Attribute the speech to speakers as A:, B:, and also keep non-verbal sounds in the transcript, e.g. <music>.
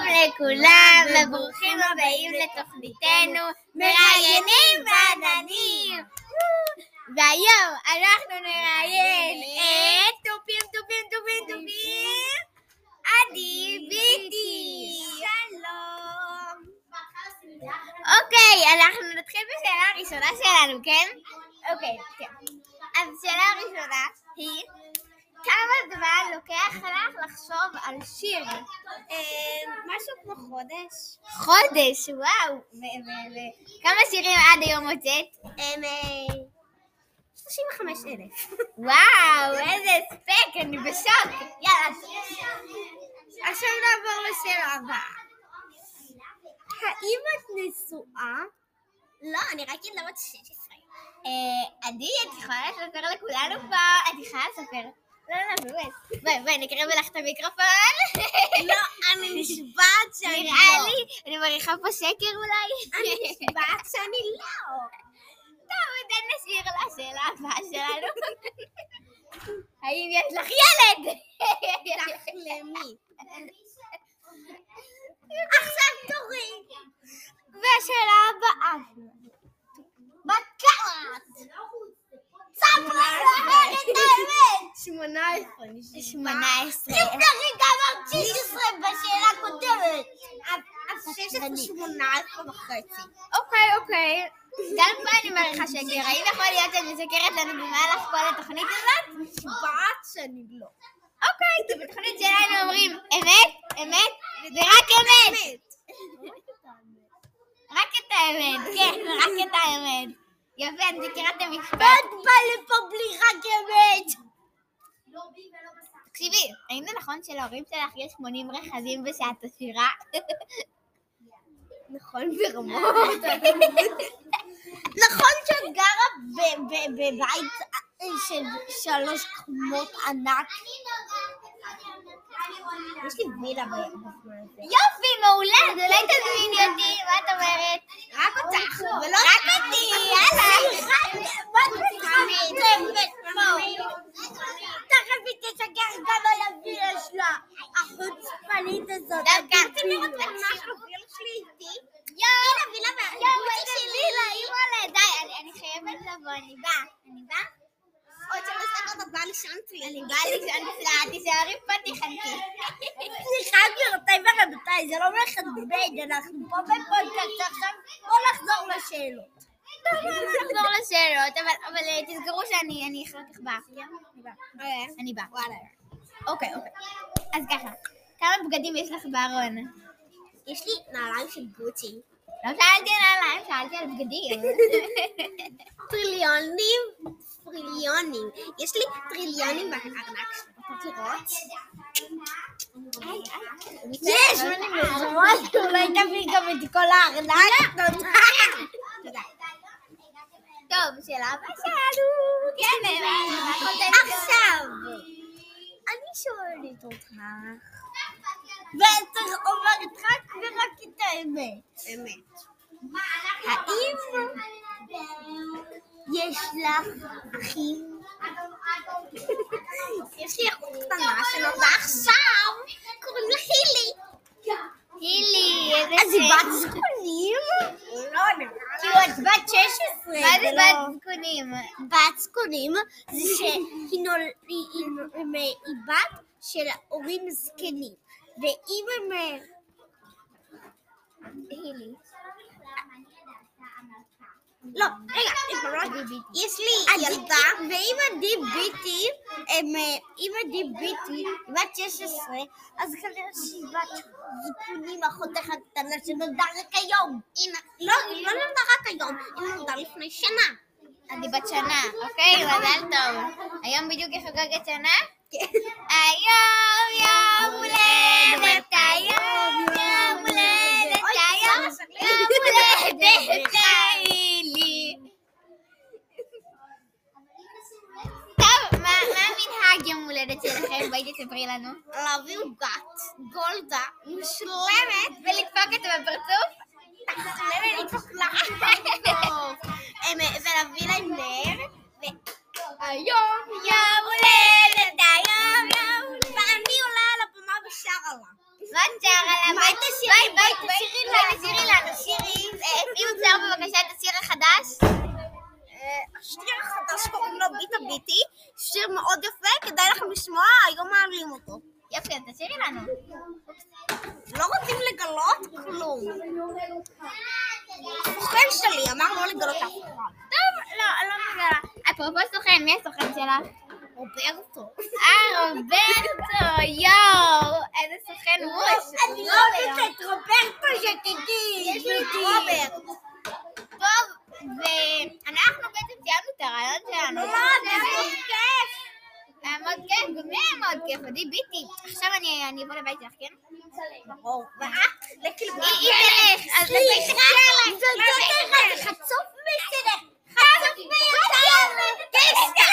A: לכולם, וברוכים הבאים לתוכניתנו מראיינים בעננים! והיום אנחנו נראיין את טופים טופים טופים טופים עדי ביטי! שלום! אוקיי, אנחנו נתחיל בשאלה הראשונה שלנו, כן? אוקיי, כן. אז השאלה הראשונה היא כמה זמן לוקח לך לחשוב על שיר?
B: אה, משהו כמו חודש.
A: חודש, וואו. ו- ו- ו- כמה שירים עד היום הוצאת?
B: אה, 35,000.
A: וואו, איזה הספק, אני בשוק. יאללה. עכשיו נעבור לשאלה הבאה.
B: האם את נשואה? לא, אני רק ילדות 16.
A: אה, עדי, את יכולה לספר לכולנו פה? את יכולה לספר? לא, לא, באמת. בואי, בואי, נקרב לך את המיקרופון.
B: לא, אני נשבעת שאני לא.
A: נראה לי, אני מריחה פה שקר אולי.
B: אני
A: <laughs>
B: נשבעת שאני לא.
A: טוב, ניתן נשאיר לשאלה הבאה שלנו. האם יש לך ילד?
B: לא. תחלמי.
A: <laughs> עכשיו תורי. והשאלה הבאה. בת כמה את? ספרי לנו את האמת.
B: 18.
A: שמונה עשרה.
B: תראי כמה 16 בשאלה הקודמת. אז 16, 18 וחצי.
A: אוקיי, אוקיי. גם פה אני מעריכה שקר. האם יכול להיות שאת משקרת לנו במהלך כל התוכנית הזאת?
B: נשבעת שאני לא.
A: אוקיי, טוב, בתוכנית שלנו אומרים אמת, אמת, ורק אמת. רק את האמת, כן, רק את האמת. יפה, את מכירה את המשפט.
B: בא לפה בלי רק אמת.
A: לא תקשיבי, האם זה נכון שלהורים שלך יש 80 רכזים ושאת עשירה?
B: נכון ברמות. נכון שאת גרה ב- ב- בבית של שלוש קומות ענק. יש לי וילה בזמן הזה.
A: יופי, מעולה, אז אולי תזמיני אותי, מה את אומרת? רק אותך, ולא... רק אותי, יאללה.
B: תכף היא תשגר גם על הווילה שלה, החוצפנית הזאת.
A: דווקא
B: את
A: רציתי לראות
B: ממש
A: את
B: הווילה שלי איתי.
A: יואו, וילה, וילה, אימא'לה, די, אני- אני חייבת לבוא, אני באה. אני באה?
B: עוד שלוש דקות את באה לישנתי.
A: אני באה לישון נפלאה, תישארי פה תיכנסי.
B: סליחה גבירותיי ורבותיי, זה לא מכבד, אנחנו פה בפודקאסט עכשיו, בואו נחזור לשאלות.
A: נחזור לשאלות, אבל- אבל אה, תזכרו שאני אני אחר כך באה. אני באה.
B: וואלה.
A: אוקיי, אוקיי. אז ככה, כמה בגדים יש לך בארון?
B: יש לי נעליים של גוצ'י.
A: לא שאלתי על נעליים, שאלתי על בגדים.
B: טריליונים, טריליונים. יש לי טריליונים בארנק שלי, רוצות לראות? יש! ממש, אולי תביא גם את כל הארנק. תודה.
A: טוב, שאלה הבאה שלנו. כן, אה, מה חושבת?
B: עכשיו, אני שואלת אותך, ואתה אומרת רק ורק את האמת. אמת. האם יש לך אחים? יש לי אחות קטנה שנולדה עכשיו, קוראים לה הילי.
A: הילי, איזה
B: אז היא
A: שם.
B: בת זקונים? לא, כאילו את בת 16.
A: מה זה בת זקונים?
B: בת זקונים זה שהיא נול... היא- היא נול- היא בת של הורים זקנים. ואם הם... אה, הילי. לא, רגע, רגע, יש לי ילדה, ואם עדי ביטי, הם, אה, אם עדי ביטי, היא בת 16, אז כנראה שהיא בת זקונים, אחותך הקטנה שנולדה רק היום. היא נ- לא, היא לא נולדה רק היום, היא נולדה לפני שנה.
A: אני בת שנה, אוקיי? מזל טוב. היום בדיוק היא חוגגת שנה?
B: כן.
A: היום יום הולדת, היום יום הולדת,
B: אוי, לא
A: היום
B: סבא שלי.
A: יום הולדת שלי. טוב, מה מה המנהג יום הולדת שלכם? בואי תספרי לנו.
B: להביא עוגת גולדה מושלמת
A: ולדפוק אותה בפרצוף?
B: ולהתאכזב ולדפוק לה <laughs> אמ, ולהביא להם נר
A: היום יום הולדת, היום יום
B: ואני עולה על הבמה ושרה לה.
A: פנג'ר,
B: מה
A: ביי,
B: תשאירי? בואי,
A: ביי, ביי,
B: תשאירי לנו.
A: תשאירי לנו שירים. אה, מי מצייר בבקשה את השיר החדש?
B: השיר החדש קוראים לו ביטה ביטי, שיר מאוד יפה, כדאי לכם לשמוע, היום מעלים אותו.
A: יופי, אז תשאירי לנו.
B: לא רוצים לגלות כלום. הסוכן שלי אמר לא לגלות אף אחד.
A: טוב, לא, לא מגלה. אפרופו סוכן, מי הסוכן שלך?
B: רוברטו.
A: אה, רוברטו, יואו, איזה סוכן רוש.
B: אני לא אוהבת את רוברטו שתדעי.
A: יש לי את רוברט. טוב, ואנחנו בעצם סיימנו את הרעיון שלנו.
B: לא, זה מאוד כיף.
A: היה מאוד כיף, גם לי היה מאוד כיף, עדי ביטי. עכשיו אני אני אבוא לבית שלך, כן?
B: ברור. ואת? לכי לבית.
A: היא תלך, אז לבית שלך.
B: זאת חצוף מסלק. חצוף מיותר. תשתה.